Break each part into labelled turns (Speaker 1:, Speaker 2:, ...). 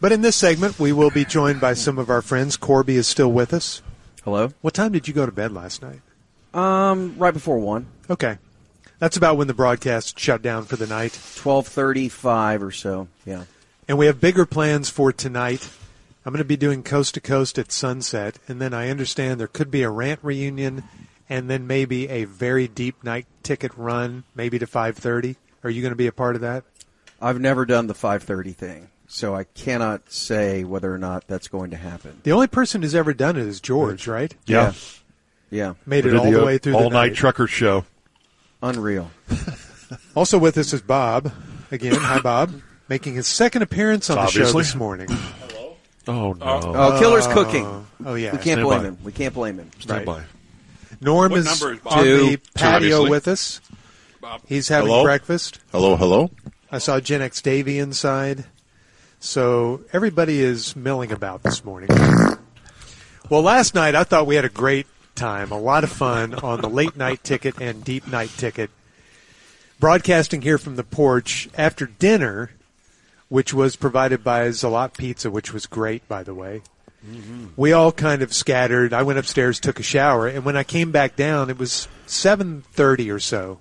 Speaker 1: But in this segment, we will be joined by some of our friends. Corby is still with us.
Speaker 2: Hello.
Speaker 1: What time did you go to bed last night?
Speaker 2: Um, right before one,
Speaker 1: Okay. That's about when the broadcast shut down for the night.
Speaker 2: twelve thirty-five or so. Yeah.
Speaker 1: And we have bigger plans for tonight. I'm going to be doing Coast to Coast at sunset, and then I understand there could be a rant reunion, and then maybe a very deep night ticket run, maybe to 5:30. Are you going to be a part of that?
Speaker 2: I've never done the five thirty thing, so I cannot say whether or not that's going to happen.
Speaker 1: The only person who's ever done it is George, right?
Speaker 3: Yeah.
Speaker 2: Yeah.
Speaker 1: Made
Speaker 3: We
Speaker 1: it
Speaker 3: did
Speaker 1: all the way through
Speaker 3: all
Speaker 1: the
Speaker 3: night trucker show.
Speaker 2: Unreal.
Speaker 1: Also with us is Bob. Again, hi Bob, making his second appearance on the show
Speaker 3: Obviously.
Speaker 1: this morning.
Speaker 3: Oh no!
Speaker 2: Oh, Killer's cooking.
Speaker 1: Oh yeah,
Speaker 2: We can't
Speaker 3: Stand
Speaker 2: blame
Speaker 3: by.
Speaker 2: him. We can't blame him.
Speaker 3: Stand by.
Speaker 1: Norm
Speaker 4: What
Speaker 1: is,
Speaker 4: number is Bob?
Speaker 1: on the
Speaker 4: Two.
Speaker 1: patio
Speaker 4: Obviously.
Speaker 1: with us.
Speaker 4: Bob.
Speaker 1: He's having
Speaker 3: Hello?
Speaker 1: breakfast.
Speaker 5: Hello, hello.
Speaker 1: I saw Gen X Davy inside. So everybody is milling about this morning. Well, last night I thought we had a great time, a lot of fun on the late night ticket and deep night ticket. Broadcasting here from the porch after dinner, which was provided by Zalat Pizza, which was great, by the way.
Speaker 2: Mm-hmm.
Speaker 1: We all kind of scattered. I went upstairs, took a shower, and when I came back down, it was 7:30 or so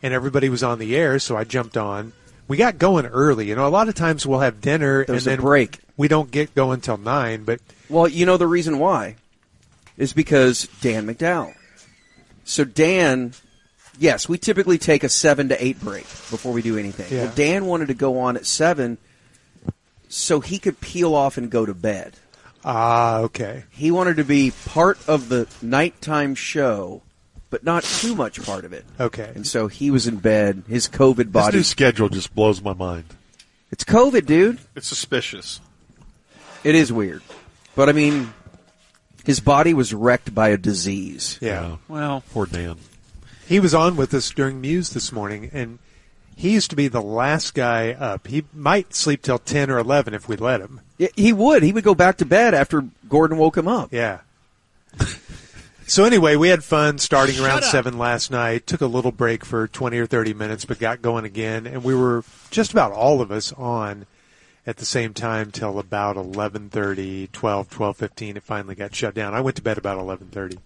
Speaker 1: and everybody was on the air, so I jumped on. We got going early. You know, a lot of times we'll have dinner
Speaker 2: There's
Speaker 1: and
Speaker 2: a
Speaker 1: then
Speaker 2: break.
Speaker 1: We don't get going till nine, but
Speaker 2: Well, you know the reason why is because Dan McDowell. So Dan, yes, we typically take a seven to eight break before we do anything.
Speaker 1: Yeah.
Speaker 2: Well, Dan wanted to go on at seven, so he could peel off and go to bed.
Speaker 1: ah, okay,
Speaker 2: He wanted to be part of the nighttime show, but not too much part of it.
Speaker 1: okay.
Speaker 2: And so he was in bed. His COVID
Speaker 3: This
Speaker 2: body.
Speaker 3: new schedule just blows my mind.
Speaker 2: It's COVID, dude.
Speaker 4: It's suspicious.
Speaker 2: It is weird, but I mean, his body was wrecked by a disease.
Speaker 1: Yeah.
Speaker 3: Well, poor Dan.
Speaker 1: he was on with us during Muse this morning, and he used to be the last guy up. He might sleep till ten or eleven if we let him.
Speaker 2: Yeah, He would. He would go back to bed after Gordon woke him up.
Speaker 1: Yeah. so anyway, we had fun starting around seven last night. Took a little break for twenty or thirty minutes, but got going again, and we were just about all of us on at the same time till about 11.30 12 12.15 it finally got shut down i went to bed about 11.30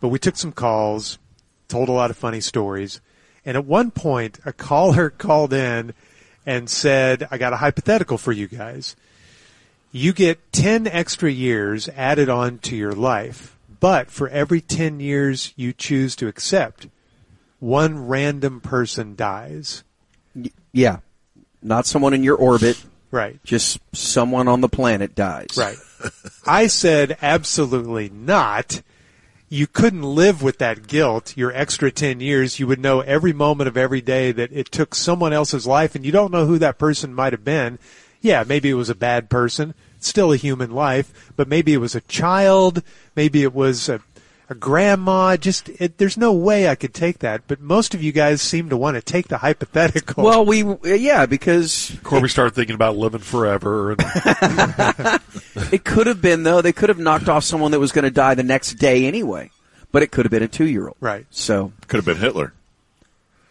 Speaker 1: but we took some calls told a lot of funny stories and at one point a caller called in and said i got a hypothetical for you guys you get 10 extra years added on to your life, but for every 10 years you choose to accept, one random person dies.
Speaker 2: Yeah. Not someone in your orbit,
Speaker 1: Right.
Speaker 2: just someone on the planet dies.
Speaker 1: Right. I said absolutely not. You couldn't live with that guilt. Your extra 10 years, you would know every moment of every day that it took someone else's life and you don't know who that person might have been. Yeah, maybe it was a bad person, still a human life, but maybe it was a child, maybe it was a, a grandma. Just, it, there's no way I could take that. But most of you guys seem to want to take the hypothetical.
Speaker 2: Well, we, yeah, because
Speaker 3: Corby started thinking about living forever, and
Speaker 2: it could have been, though, they could have knocked off someone that was going to die the next day anyway. But it could have been a two year old.
Speaker 1: Right.
Speaker 2: So,
Speaker 5: Could have been Hitler.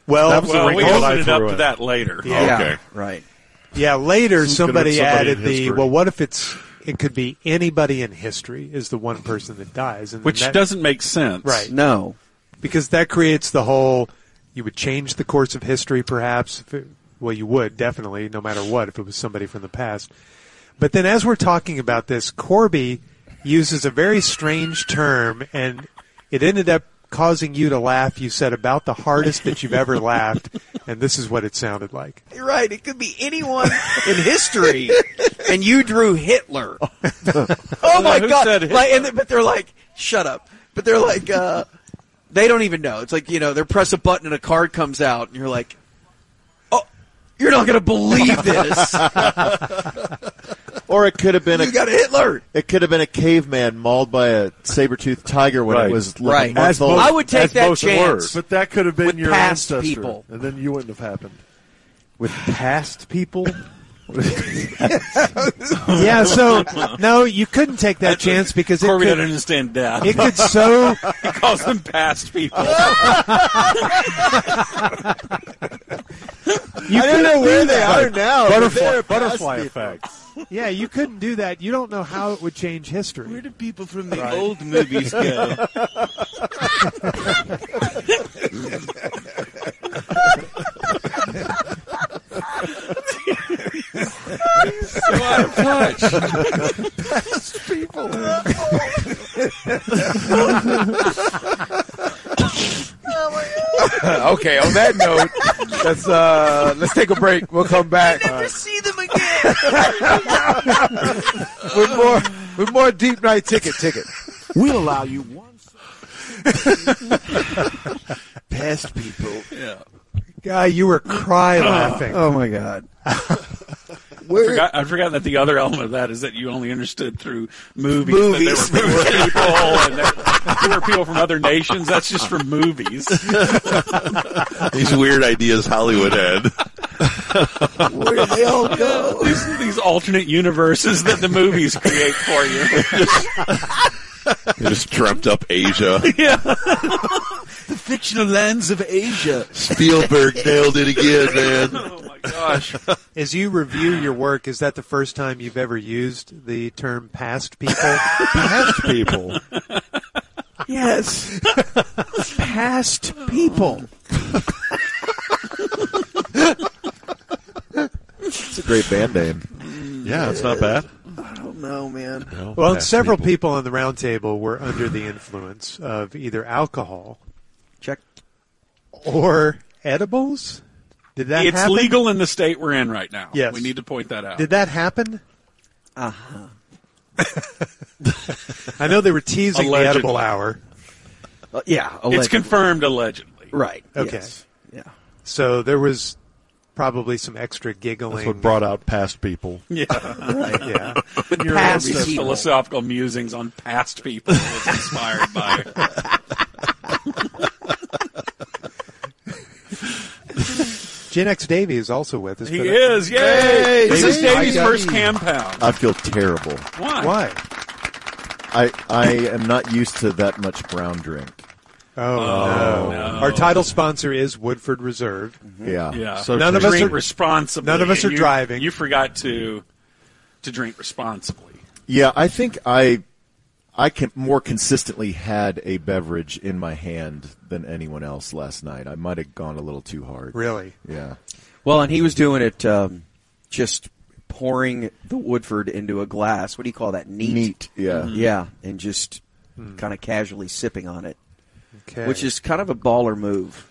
Speaker 1: well,
Speaker 3: that was the
Speaker 4: Well,
Speaker 3: wrinkle
Speaker 4: we
Speaker 3: I
Speaker 4: opened it
Speaker 3: threw
Speaker 4: up to
Speaker 3: in.
Speaker 4: that later.
Speaker 3: Oh,
Speaker 1: Yeah.
Speaker 2: yeah.
Speaker 5: Okay.
Speaker 2: Right.
Speaker 1: Yeah, later
Speaker 3: This is gonna
Speaker 1: somebody
Speaker 3: be somebody
Speaker 1: added
Speaker 3: in
Speaker 1: the
Speaker 3: history.
Speaker 1: well. What if it's it could be anybody in history is the one person that dies, and then
Speaker 4: Which
Speaker 1: that-
Speaker 4: doesn't make sense.
Speaker 1: Right.
Speaker 2: No.
Speaker 1: because that creates the whole. You would change the course of history, perhaps. If it, well, you would definitely, no matter what, if it was somebody from the past. But then, as we're talking about this, Corby uses a very strange term, and it ended up causing you to laugh. You said about the hardest that you've ever laughed, and this is what it sounded like.
Speaker 2: You're right. It could be anyone in history. And you drew Hitler. oh my
Speaker 4: Who
Speaker 2: god!
Speaker 4: said Hitler?
Speaker 2: Like, and they- but they're like, shut up. But they're like, uh, they don't even know. It's like you know, they press a button and a card comes out, and you're like, oh, you're not gonna believe this.
Speaker 6: Or it could have been a
Speaker 2: you got a Hitler.
Speaker 6: it could have been a caveman mauled by a saber-toothed tiger when
Speaker 3: Right.
Speaker 6: it was like
Speaker 2: Right.
Speaker 6: a month
Speaker 2: As
Speaker 6: old.
Speaker 2: most- I would take
Speaker 6: As
Speaker 2: that
Speaker 6: most were.
Speaker 2: chance.
Speaker 3: but that could have been
Speaker 2: With
Speaker 3: your
Speaker 2: past
Speaker 3: ancestor,
Speaker 2: people.
Speaker 3: and then you wouldn't have happened.
Speaker 6: with past people.
Speaker 1: Yeah, so no, you couldn't take that chance because it
Speaker 4: Corby
Speaker 1: could,
Speaker 4: doesn't understand death.
Speaker 1: it could so
Speaker 4: He calls them past people.
Speaker 1: You
Speaker 6: I don't
Speaker 1: couldn't
Speaker 6: know where
Speaker 1: do
Speaker 6: they
Speaker 1: that.
Speaker 6: are now. but
Speaker 3: butterfly
Speaker 6: they're past
Speaker 3: butterfly
Speaker 6: me.
Speaker 3: effect.
Speaker 1: Yeah, you couldn't do that. You don't know how it would change
Speaker 4: Where
Speaker 1: history.
Speaker 4: do people from the old movies go? so out of touch.
Speaker 5: okay, on that note, let's uh, let's take a break. We'll come back
Speaker 2: see them again.
Speaker 5: with more with more deep night ticket ticket.
Speaker 7: We'll allow you one.
Speaker 5: Past people.
Speaker 4: Yeah.
Speaker 1: Guy, you were cry laughing.
Speaker 2: Oh my god.
Speaker 4: I forgot, I forgot that the other element of that is that you only understood through movies,
Speaker 5: Movies.
Speaker 4: that there were bigger people and that there were people from other nations. That's just from movies.
Speaker 8: These weird ideas Hollywood had.
Speaker 2: Where did they all go?
Speaker 4: These, these alternate universes that the movies create for you.
Speaker 8: They just dreamt up Asia.
Speaker 2: Fictional lands of Asia.
Speaker 8: Spielberg nailed it again, man.
Speaker 4: Oh my gosh.
Speaker 1: As you review your work, is that the first time you've ever used the term past people?
Speaker 3: Past people.
Speaker 2: Yes. Past people.
Speaker 6: It's a great band name.
Speaker 3: Yeah, it's not bad.
Speaker 2: I don't know, man.
Speaker 3: No,
Speaker 1: Well,
Speaker 3: past
Speaker 1: several people. on the round table were under the influence of either alcohol
Speaker 2: Check.
Speaker 1: or edibles. Did that
Speaker 4: It's
Speaker 1: happen?
Speaker 4: legal in the state we're in right now.
Speaker 1: Yes.
Speaker 4: We need to point that out.
Speaker 1: Did that happen? Uh-huh. Uh huh. I know they were teasing the
Speaker 4: Allegedly.
Speaker 1: edible hour,
Speaker 2: Uh, yeah.
Speaker 4: it's
Speaker 2: allegedly.
Speaker 4: confirmed allegedly.
Speaker 2: right.
Speaker 1: Okay.
Speaker 2: yes. Yeah.
Speaker 1: so there was probably some extra giggling.
Speaker 3: That's what brought out past people.
Speaker 4: Yeah.
Speaker 2: Right.
Speaker 1: yeah.
Speaker 2: Past
Speaker 4: The
Speaker 2: people.
Speaker 4: philosophical musings on past people was inspired by.
Speaker 1: Gen X Davey is also with us.
Speaker 4: He
Speaker 1: but-
Speaker 4: is. Yay! this
Speaker 6: Davey.
Speaker 4: is Davey's
Speaker 6: I got
Speaker 4: first
Speaker 6: you. Uh,
Speaker 4: compound.
Speaker 6: I feel terrible.
Speaker 4: Why?
Speaker 1: Why?
Speaker 6: I I am not used to that much brown drink.
Speaker 1: Oh, no.
Speaker 4: no.
Speaker 1: Our title sponsor is Woodford Reserve.
Speaker 6: Yeah.
Speaker 4: Yeah.
Speaker 3: So
Speaker 1: None of us
Speaker 4: drink
Speaker 1: are-
Speaker 4: responsibly.
Speaker 1: none of us are
Speaker 4: You-
Speaker 1: driving.
Speaker 4: You forgot to to drink responsibly.
Speaker 6: Yeah, I think I I can more consistently had a beverage in my hand than anyone else last night. I might have gone a little too hard.
Speaker 1: Really?
Speaker 6: Yeah.
Speaker 2: Well, and he was doing it um, just pouring the Woodford into a glass. What do you call that? Neat. Mm-hmm.
Speaker 6: Neat. Yeah.
Speaker 2: Yeah, and just kind of casually sipping on it,
Speaker 1: Okay.
Speaker 2: which is kind of a baller move.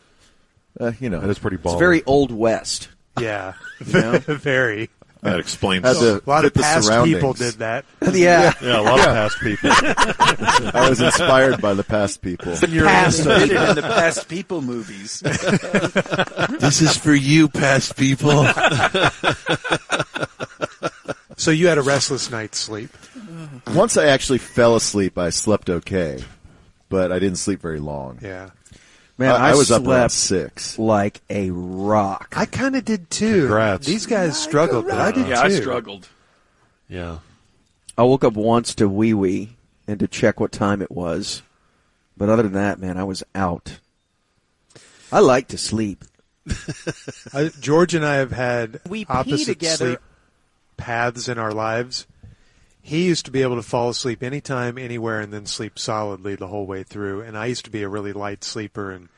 Speaker 6: Uh, you know,
Speaker 3: That is pretty
Speaker 2: It's
Speaker 3: baller.
Speaker 2: very old west.
Speaker 1: yeah,
Speaker 2: know?
Speaker 1: very.
Speaker 8: That explains
Speaker 6: Had to
Speaker 1: A lot of
Speaker 6: fit the
Speaker 1: past
Speaker 6: surroundings.
Speaker 1: people did that.
Speaker 2: yeah.
Speaker 3: Yeah, a lot of past people.
Speaker 6: I was inspired by the past people.
Speaker 2: Past people.
Speaker 4: in the past people movies.
Speaker 8: This is for you, past people.
Speaker 1: So you had a restless night's sleep.
Speaker 6: Once I actually fell asleep, I slept okay, but I didn't sleep very long.
Speaker 1: Yeah,
Speaker 2: Man,
Speaker 6: I,
Speaker 2: I,
Speaker 6: I was
Speaker 2: slept
Speaker 6: up around six.
Speaker 2: like a rock.
Speaker 1: I kind of did too.
Speaker 3: Congrats.
Speaker 1: These guys struggled, but I did
Speaker 4: yeah,
Speaker 1: too.
Speaker 4: I struggled.
Speaker 3: Yeah.
Speaker 2: I woke up once to wee wee and to check what time it was, but other than that, man, I was out. I like to sleep.
Speaker 1: I- George and I have had
Speaker 9: We pee
Speaker 1: opposite
Speaker 9: together.
Speaker 1: sleep paths in our lives. He used to be able to fall asleep anytime, anywhere, and then sleep solidly the whole way through. And I used to be a really light sleeper and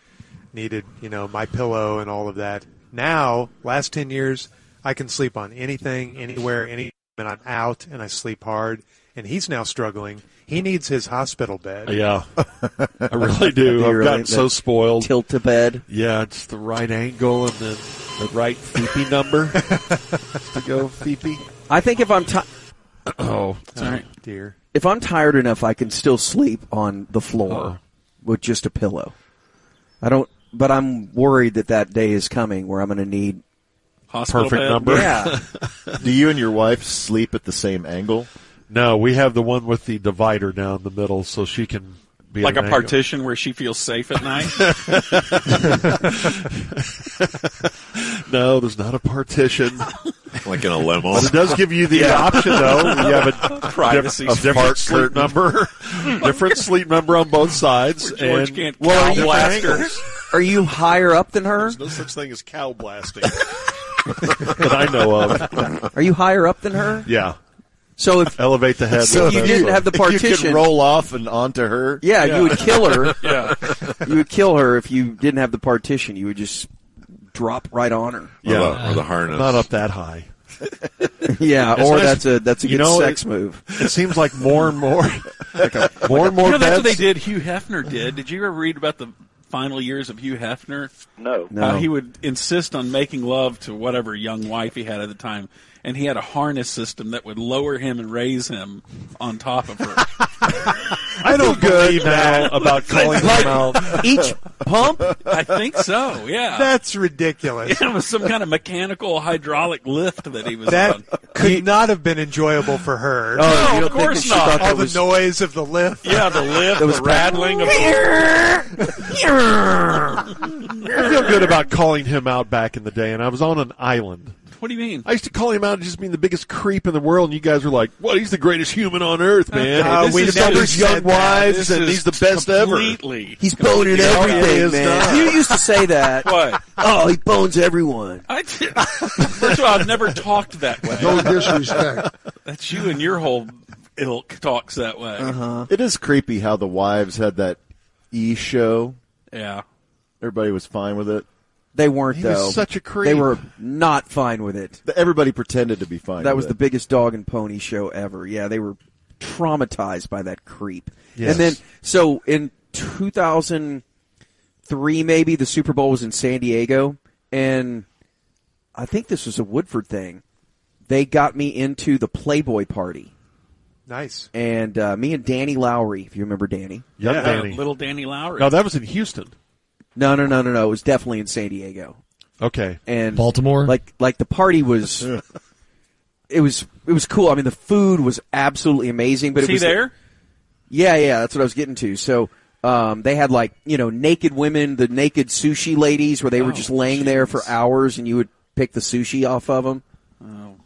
Speaker 1: needed, you know, my pillow and all of that. Now, last 10 years, I can sleep on anything, anywhere, any, and I'm out and I sleep hard. And he's now struggling. He needs his hospital bed.
Speaker 3: Yeah. I really do. I've
Speaker 2: really?
Speaker 3: gotten so
Speaker 2: That
Speaker 3: spoiled.
Speaker 2: Tilt to bed.
Speaker 3: yeah, it's the right angle and then the right Feepy number to go Feepy.
Speaker 2: I think if I'm ti
Speaker 3: Oh,
Speaker 1: Oh, dear.
Speaker 2: if I'm tired enough, I can still sleep on the floor with just a pillow. I don't, but I'm worried that that day is coming where I'm going to need.
Speaker 4: Hospital
Speaker 3: perfect
Speaker 4: bed.
Speaker 3: number.
Speaker 6: Do you and your wife sleep at the same angle?
Speaker 3: No, we have the one with the divider down the middle, so she can be
Speaker 4: Like
Speaker 3: at
Speaker 4: a
Speaker 3: an angle.
Speaker 4: partition where she feels safe at night.
Speaker 3: No, there's not a partition.
Speaker 8: like in a limo.
Speaker 3: But it does give you the option, though. You have a
Speaker 4: Privacy.
Speaker 3: diff- a different sleep number, different sleep number on both sides,
Speaker 4: George
Speaker 3: and
Speaker 4: can't
Speaker 3: well,
Speaker 4: cow
Speaker 3: different
Speaker 4: blast her.
Speaker 3: angles.
Speaker 2: Are you higher up than her?
Speaker 8: no such thing as cow blasting.
Speaker 3: that I know of.
Speaker 2: Are you higher up than her?
Speaker 6: Yeah.
Speaker 2: So if
Speaker 6: Elevate the head.
Speaker 2: So if you didn't have the
Speaker 6: If you
Speaker 2: partition-
Speaker 6: could roll off and onto her.
Speaker 2: yeah, you would kill her.
Speaker 4: Yeah.
Speaker 2: You would kill her if you didn't have the partition. You would just drop right on her.
Speaker 8: Or the-
Speaker 6: Yeah.
Speaker 8: or the harness.
Speaker 3: Not up that high.
Speaker 2: Yeah,
Speaker 3: It's
Speaker 2: or
Speaker 3: nice-
Speaker 2: that's a that's a good
Speaker 3: you know,
Speaker 2: sex
Speaker 3: it-
Speaker 2: move.
Speaker 3: It seems like more and more, more and more
Speaker 4: You know, that's what they
Speaker 3: vets-
Speaker 4: did. Hugh Hefner did. Did you ever read about the final years of Hugh Hefner?
Speaker 3: Uh,
Speaker 9: No.
Speaker 2: No.
Speaker 4: How Uh, he would insist on making love to whatever young wife he had at the time, and he had a harness system that would lower him and raise him on top of her.
Speaker 1: I don't believe that.
Speaker 3: about calling them out.
Speaker 2: Each pump.
Speaker 4: I think so. Yeah.
Speaker 1: That's ridiculous.
Speaker 4: it was some kind of mechanical hydraulic lift that he was on.
Speaker 1: That could not have been enjoyable for her.
Speaker 2: Oh, you
Speaker 4: of
Speaker 2: don't think
Speaker 4: course
Speaker 2: that she
Speaker 4: not.
Speaker 2: thought that
Speaker 1: All the
Speaker 2: was-
Speaker 1: noise of the lift.
Speaker 4: Yeah, the lift,
Speaker 2: was
Speaker 4: the rattling of
Speaker 3: I feel good about calling him out back in the day, and I was on an island.
Speaker 4: What do you mean?
Speaker 3: I used to call him out and just being the biggest creep in the world, and you guys were like, "What? He's the greatest human on earth, man."
Speaker 1: Uh,
Speaker 4: this
Speaker 1: we
Speaker 4: is
Speaker 1: never
Speaker 4: just-
Speaker 1: said that.
Speaker 4: This
Speaker 3: and
Speaker 4: is
Speaker 3: he's the best ever.
Speaker 4: Completely.
Speaker 2: He's boning everything,
Speaker 3: is
Speaker 2: man.
Speaker 3: not.
Speaker 2: You used to say that.
Speaker 4: What?
Speaker 2: Oh, he bones everyone.
Speaker 4: I did. First of all, I've never talked that way.
Speaker 10: No disrespect.
Speaker 4: That's you and your whole ilk talks that way.
Speaker 2: Uh-huh.
Speaker 6: It is creepy how the wives had that E show.
Speaker 4: Yeah.
Speaker 6: Everybody was fine with it.
Speaker 2: They weren't
Speaker 3: He was
Speaker 2: though.
Speaker 3: such a creep.
Speaker 2: They were not fine with it.
Speaker 6: Everybody pretended to be fine.
Speaker 2: That
Speaker 6: with
Speaker 2: was
Speaker 6: it.
Speaker 2: the biggest dog and pony show ever. Yeah, they were traumatized by that creep.
Speaker 3: Yes.
Speaker 2: And then, so in 2003, maybe the Super Bowl was in San Diego, and I think this was a Woodford thing. They got me into the Playboy party,
Speaker 1: Nice.
Speaker 2: and uh, me and Danny Lowry, if you remember Danny.
Speaker 3: Young
Speaker 4: Yeah,
Speaker 3: Danny.
Speaker 4: Uh, Little Danny Lowry.
Speaker 3: No, that was in Houston.
Speaker 2: No, no, no, no, no. It was definitely in San Diego.
Speaker 3: Okay.
Speaker 2: and
Speaker 11: Baltimore?
Speaker 2: Like like the party was it was it was cool. I mean the food was absolutely amazing, but
Speaker 4: Was
Speaker 2: it
Speaker 4: he
Speaker 2: was
Speaker 4: there?
Speaker 2: yeah, yeah, that's what I was getting to. So um, they had like you know naked women, the naked sushi ladies, where they
Speaker 11: Oh,
Speaker 2: were just laying there for hours, and you would pick the sushi off of them.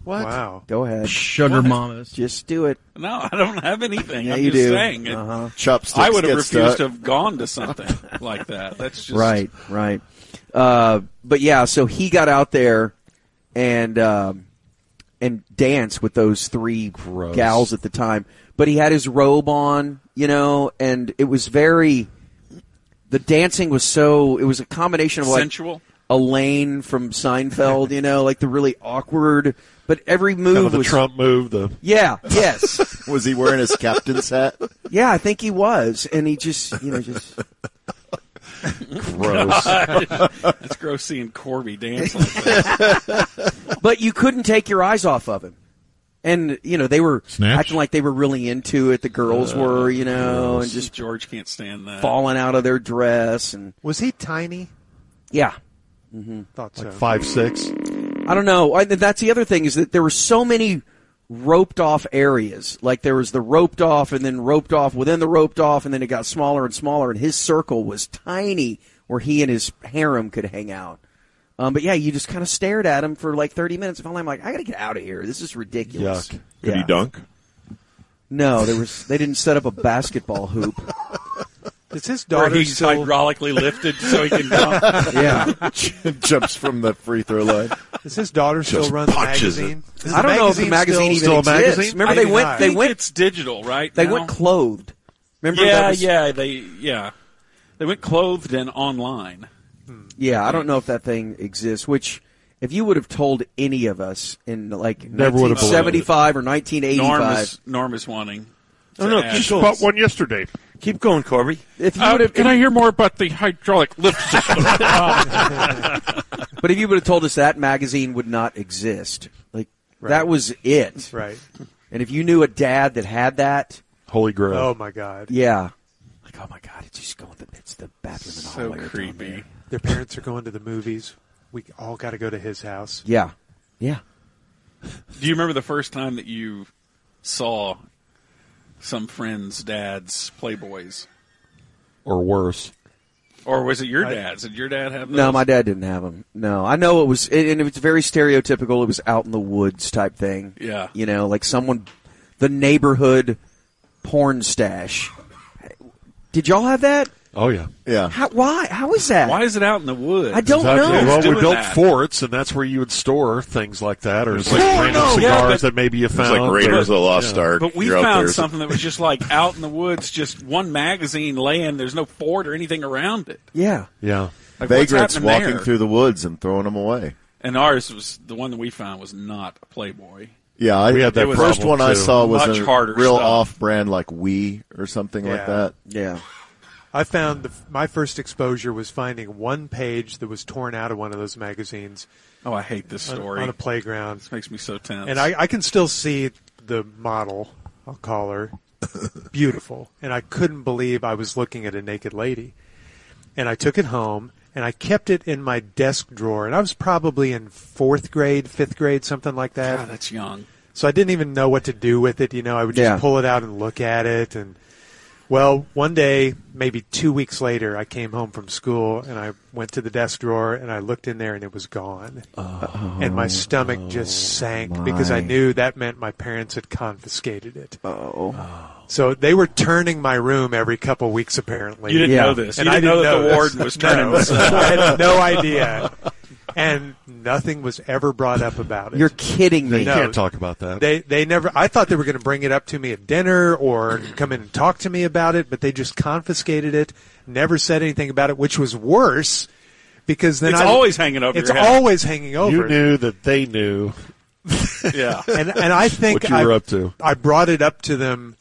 Speaker 3: What?
Speaker 1: Wow.
Speaker 2: Go ahead,
Speaker 11: Sugar mamas.
Speaker 2: just do it.
Speaker 4: No, I don't have anything.
Speaker 2: Yeah,
Speaker 4: I'm
Speaker 2: you
Speaker 4: just
Speaker 2: do.
Speaker 4: saying. It-
Speaker 2: Uh-huh.
Speaker 6: chopsticks.
Speaker 4: I would have
Speaker 6: get
Speaker 4: refused
Speaker 6: stuck.
Speaker 4: to have gone to something like that. That's just
Speaker 2: Right, right. Uh, but yeah, so he got out there and um, and danced with those three gals at the time. But he had his robe on, you know, and it was very. The dancing was so. It was a combination of like
Speaker 4: Sensual?
Speaker 2: Elaine from Seinfeld, you know, like the really awkward. But every move
Speaker 3: Kind of the
Speaker 2: was
Speaker 3: Trump move. The
Speaker 2: Yeah. Yes.
Speaker 6: Was he wearing his captain's hat?
Speaker 2: yeah, I think he was, and he just, you know, just.
Speaker 6: Gross.
Speaker 4: It's gross seeing Corby dance like that.
Speaker 2: but you couldn't take your eyes off of him. And you know they were
Speaker 11: Snatch?
Speaker 2: acting like they were really into it. The girls
Speaker 3: Uh,
Speaker 2: were, you know, and
Speaker 4: Just
Speaker 2: just
Speaker 4: George can't stand that.
Speaker 2: falling out of their dress. And
Speaker 1: Was he tiny?
Speaker 2: yeah,
Speaker 1: Thought so.
Speaker 3: five six.
Speaker 2: I don't know. I, that's the other thing is that there were so many roped off areas. Like there was the roped off, and then roped off within the roped off, and then it got smaller and smaller. And his circle was tiny, where he and his harem could hang out. Um, but yeah, you just kind of stared at him for like thirty minutes. Finally, I'm like, I gotta get out of here. This is ridiculous.
Speaker 3: Yuck.
Speaker 8: Could
Speaker 2: Yeah.
Speaker 8: he dunk?
Speaker 2: No, there was. They didn't set up a basketball hoop.
Speaker 1: Does his
Speaker 4: Where
Speaker 1: daughter
Speaker 4: he's
Speaker 1: still?
Speaker 4: hydraulically lifted so he can jump.
Speaker 2: Yeah,
Speaker 6: Jumps from the free throw line.
Speaker 1: Does his daughter still
Speaker 8: Just
Speaker 1: run the
Speaker 8: punches it.
Speaker 1: magazine? Does
Speaker 2: I don't know if the magazine
Speaker 1: still-
Speaker 2: even
Speaker 1: still a
Speaker 2: exists.
Speaker 1: magazine?
Speaker 2: Remember they
Speaker 1: Maybe
Speaker 2: went-
Speaker 1: not.
Speaker 2: they
Speaker 4: I think
Speaker 2: went-
Speaker 4: It's digital, right?
Speaker 2: they
Speaker 4: now?
Speaker 2: went clothed. Remember?
Speaker 4: Yeah,
Speaker 2: that was-
Speaker 4: yeah. They yeah. They went clothed and online.
Speaker 2: yeah. I don't know if that thing exists. Which, if you would have told any of us in like
Speaker 3: Never would have believed it.
Speaker 2: 1975 or
Speaker 4: Norm
Speaker 2: 1985,
Speaker 4: is Norm is wanting.
Speaker 3: No,
Speaker 4: to add- Oh,
Speaker 3: bought one yesterday.
Speaker 5: Keep going, Corby.
Speaker 2: if you would have,
Speaker 3: I hear more about the hydraulic lift system?
Speaker 4: Oh,
Speaker 2: but if you would have told us that magazine would not exist, like that was it.
Speaker 1: Right.
Speaker 2: And if you knew a dad that had that,
Speaker 3: Holy Grail.
Speaker 1: Oh my God.
Speaker 2: yeah. Like, oh my God, it's just going to it's the bathroom in the
Speaker 4: so
Speaker 2: hallway. or something.
Speaker 4: creepy.
Speaker 1: Their parents are going to the movies. We all got to go to his house.
Speaker 2: Yeah. Yeah.
Speaker 4: Do you remember the first time that you saw some friends' dads Playboys,
Speaker 3: or worse.
Speaker 4: or was it your dad's? Did your dad have? Those?
Speaker 2: No, my dad didn't have them. No, I know it was, it, and it was very stereotypical. It was out in the woods type thing.
Speaker 4: Yeah.
Speaker 2: you know, like someone, the neighborhood porn stash. Did y'all have that?
Speaker 3: Oh yeah.
Speaker 6: Yeah.
Speaker 2: How, why? How is that?
Speaker 4: Why is it out in the woods?
Speaker 2: I don't know.
Speaker 3: Well,
Speaker 4: Who's
Speaker 3: we
Speaker 4: Oh, doing
Speaker 3: built
Speaker 4: that?
Speaker 3: forts, and that's where you would store things like that, or like
Speaker 4: no,
Speaker 3: random
Speaker 4: yeah,
Speaker 3: cigars
Speaker 4: but-
Speaker 3: that maybe you
Speaker 8: It's
Speaker 3: found.
Speaker 8: like Raiders of the Lost Ark.
Speaker 4: But we
Speaker 8: You're out there.
Speaker 4: found something that was just like out in the woods, just one magazine laying. There's no fort or anything around it.
Speaker 2: Yeah.
Speaker 3: Yeah.
Speaker 4: Like, what's
Speaker 6: Vagrants
Speaker 4: happening
Speaker 6: walking
Speaker 4: there?
Speaker 6: through the woods and throwing them away.
Speaker 4: And ours was the one that we found was not a Playboy.
Speaker 6: Yeah, I,
Speaker 3: We had that
Speaker 6: the first
Speaker 3: problem,
Speaker 6: one I
Speaker 3: too.
Speaker 6: saw was
Speaker 4: Much
Speaker 6: a
Speaker 4: harder
Speaker 6: real
Speaker 4: stuff.
Speaker 6: off-brand like Wii or something
Speaker 1: Yeah.
Speaker 6: like that.
Speaker 2: Yeah.
Speaker 1: I found the, my first exposure was finding one page that was torn out of one of those magazines
Speaker 4: Oh, I hate this
Speaker 1: on-
Speaker 4: story.
Speaker 1: on a playground.
Speaker 4: this makes me so tense.
Speaker 1: And I, I can still see the model, I'll call her, beautiful. And I couldn't believe I was looking at a naked lady. And I took it home and I kept it in my desk drawer. And I was probably in fourth grade, fifth grade, something like that.
Speaker 4: God, that's young.
Speaker 1: So I didn't even know what to do with it. You know, I would just
Speaker 2: Yeah.
Speaker 1: pull it out and look at it. And well, one day, maybe two weeks later, I came home from school and I went to the desk drawer and I looked in there and it was gone. and my stomach just sank because I
Speaker 2: Oh, my.
Speaker 1: knew that meant my parents had confiscated it.
Speaker 2: Oh.
Speaker 1: So they were turning my room every couple weeks apparently.
Speaker 4: You didn't
Speaker 2: Yeah.
Speaker 4: know this.
Speaker 1: And
Speaker 4: you
Speaker 1: I
Speaker 4: didn't know
Speaker 1: didn't
Speaker 4: that
Speaker 1: know
Speaker 4: the
Speaker 1: this.
Speaker 4: warden was turning.
Speaker 1: So I had no idea. And nothing was ever brought up about it.
Speaker 2: You're kidding me.
Speaker 3: You
Speaker 1: No.
Speaker 3: can't talk about that.
Speaker 1: They they never. I thought they were going to bring it up to me at dinner or come in and talk to me about it, but they just confiscated it. Never said anything about it, which was worse because then
Speaker 4: It's
Speaker 1: I,
Speaker 4: always hanging over
Speaker 1: It's
Speaker 4: your head.
Speaker 1: always hanging over.
Speaker 3: you knew that they knew.
Speaker 4: yeah.
Speaker 1: and and I think
Speaker 3: What you were
Speaker 1: I,
Speaker 3: up to.
Speaker 1: I brought it up to them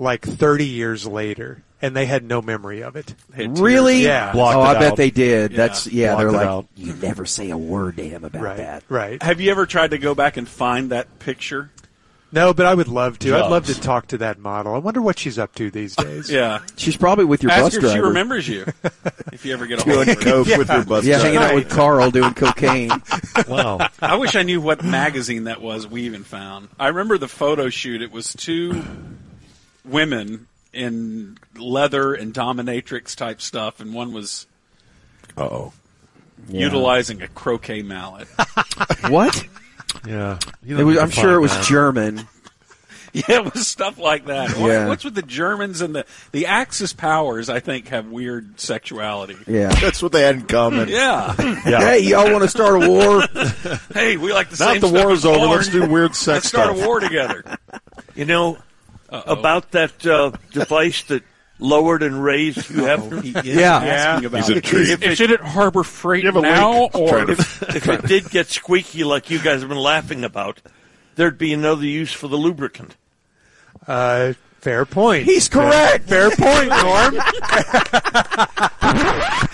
Speaker 1: like 30 years later, and they had no memory of it.
Speaker 2: Really?
Speaker 1: Yeah.
Speaker 3: Blocked
Speaker 2: oh,
Speaker 3: it
Speaker 2: I bet
Speaker 3: out.
Speaker 2: they did. That's yeah.
Speaker 3: Blocked
Speaker 2: they're
Speaker 3: it
Speaker 2: like,
Speaker 3: out.
Speaker 2: you never say a word to him about
Speaker 1: Right.
Speaker 2: that.
Speaker 1: Right.
Speaker 4: Have you ever tried to go back and find that picture?
Speaker 1: No, but I would love to. I'd love to
Speaker 3: Jobs.
Speaker 1: talk to that model. I wonder what she's up to these days.
Speaker 4: Yeah.
Speaker 2: She's probably with your bus
Speaker 4: Ask her if
Speaker 2: driver.
Speaker 4: she remembers you. If you ever get a hold
Speaker 6: Doing
Speaker 4: of her.
Speaker 6: coke with your bus
Speaker 2: Yeah,
Speaker 6: driver.
Speaker 2: hanging out with Carl doing cocaine.
Speaker 3: Wow.
Speaker 4: I wish I knew what magazine that was we even found. I remember the photo shoot. It was two women in leather and dominatrix type stuff, and one was
Speaker 8: Uh-oh.
Speaker 4: utilizing a croquet mallet.
Speaker 2: What?
Speaker 3: Yeah. You
Speaker 2: It
Speaker 3: don't
Speaker 2: was,
Speaker 3: need to
Speaker 2: I'm sure it
Speaker 3: find
Speaker 2: was
Speaker 3: that.
Speaker 2: German.
Speaker 4: yeah, it was stuff like that. What-
Speaker 2: Yeah.
Speaker 4: What's with the Germans and the the Axis powers? I think have weird sexuality.
Speaker 2: Yeah.
Speaker 6: That's what they had in common.
Speaker 4: Yeah.
Speaker 3: Yeah.
Speaker 2: Hey, y'all want to start a war?
Speaker 4: hey, we like the
Speaker 3: Not
Speaker 4: same
Speaker 3: the
Speaker 4: stuff
Speaker 3: war's
Speaker 4: as
Speaker 3: over.
Speaker 4: porn.
Speaker 3: Let's do weird sex
Speaker 4: Let's start
Speaker 3: stuff.
Speaker 4: a war together.
Speaker 9: You know about that uh, device that lowered and raised Hugh Hefner.
Speaker 2: Yeah.
Speaker 4: Asking about
Speaker 8: He's a
Speaker 4: it.
Speaker 8: treat.
Speaker 4: If it at Harbor Freight
Speaker 3: You have a
Speaker 4: now,
Speaker 3: link?
Speaker 4: or
Speaker 9: if it did get squeaky like you guys have been laughing about, there'd be another use for the lubricant.
Speaker 1: Uh, fair point.
Speaker 2: He's correct.
Speaker 1: Fair point, Norm.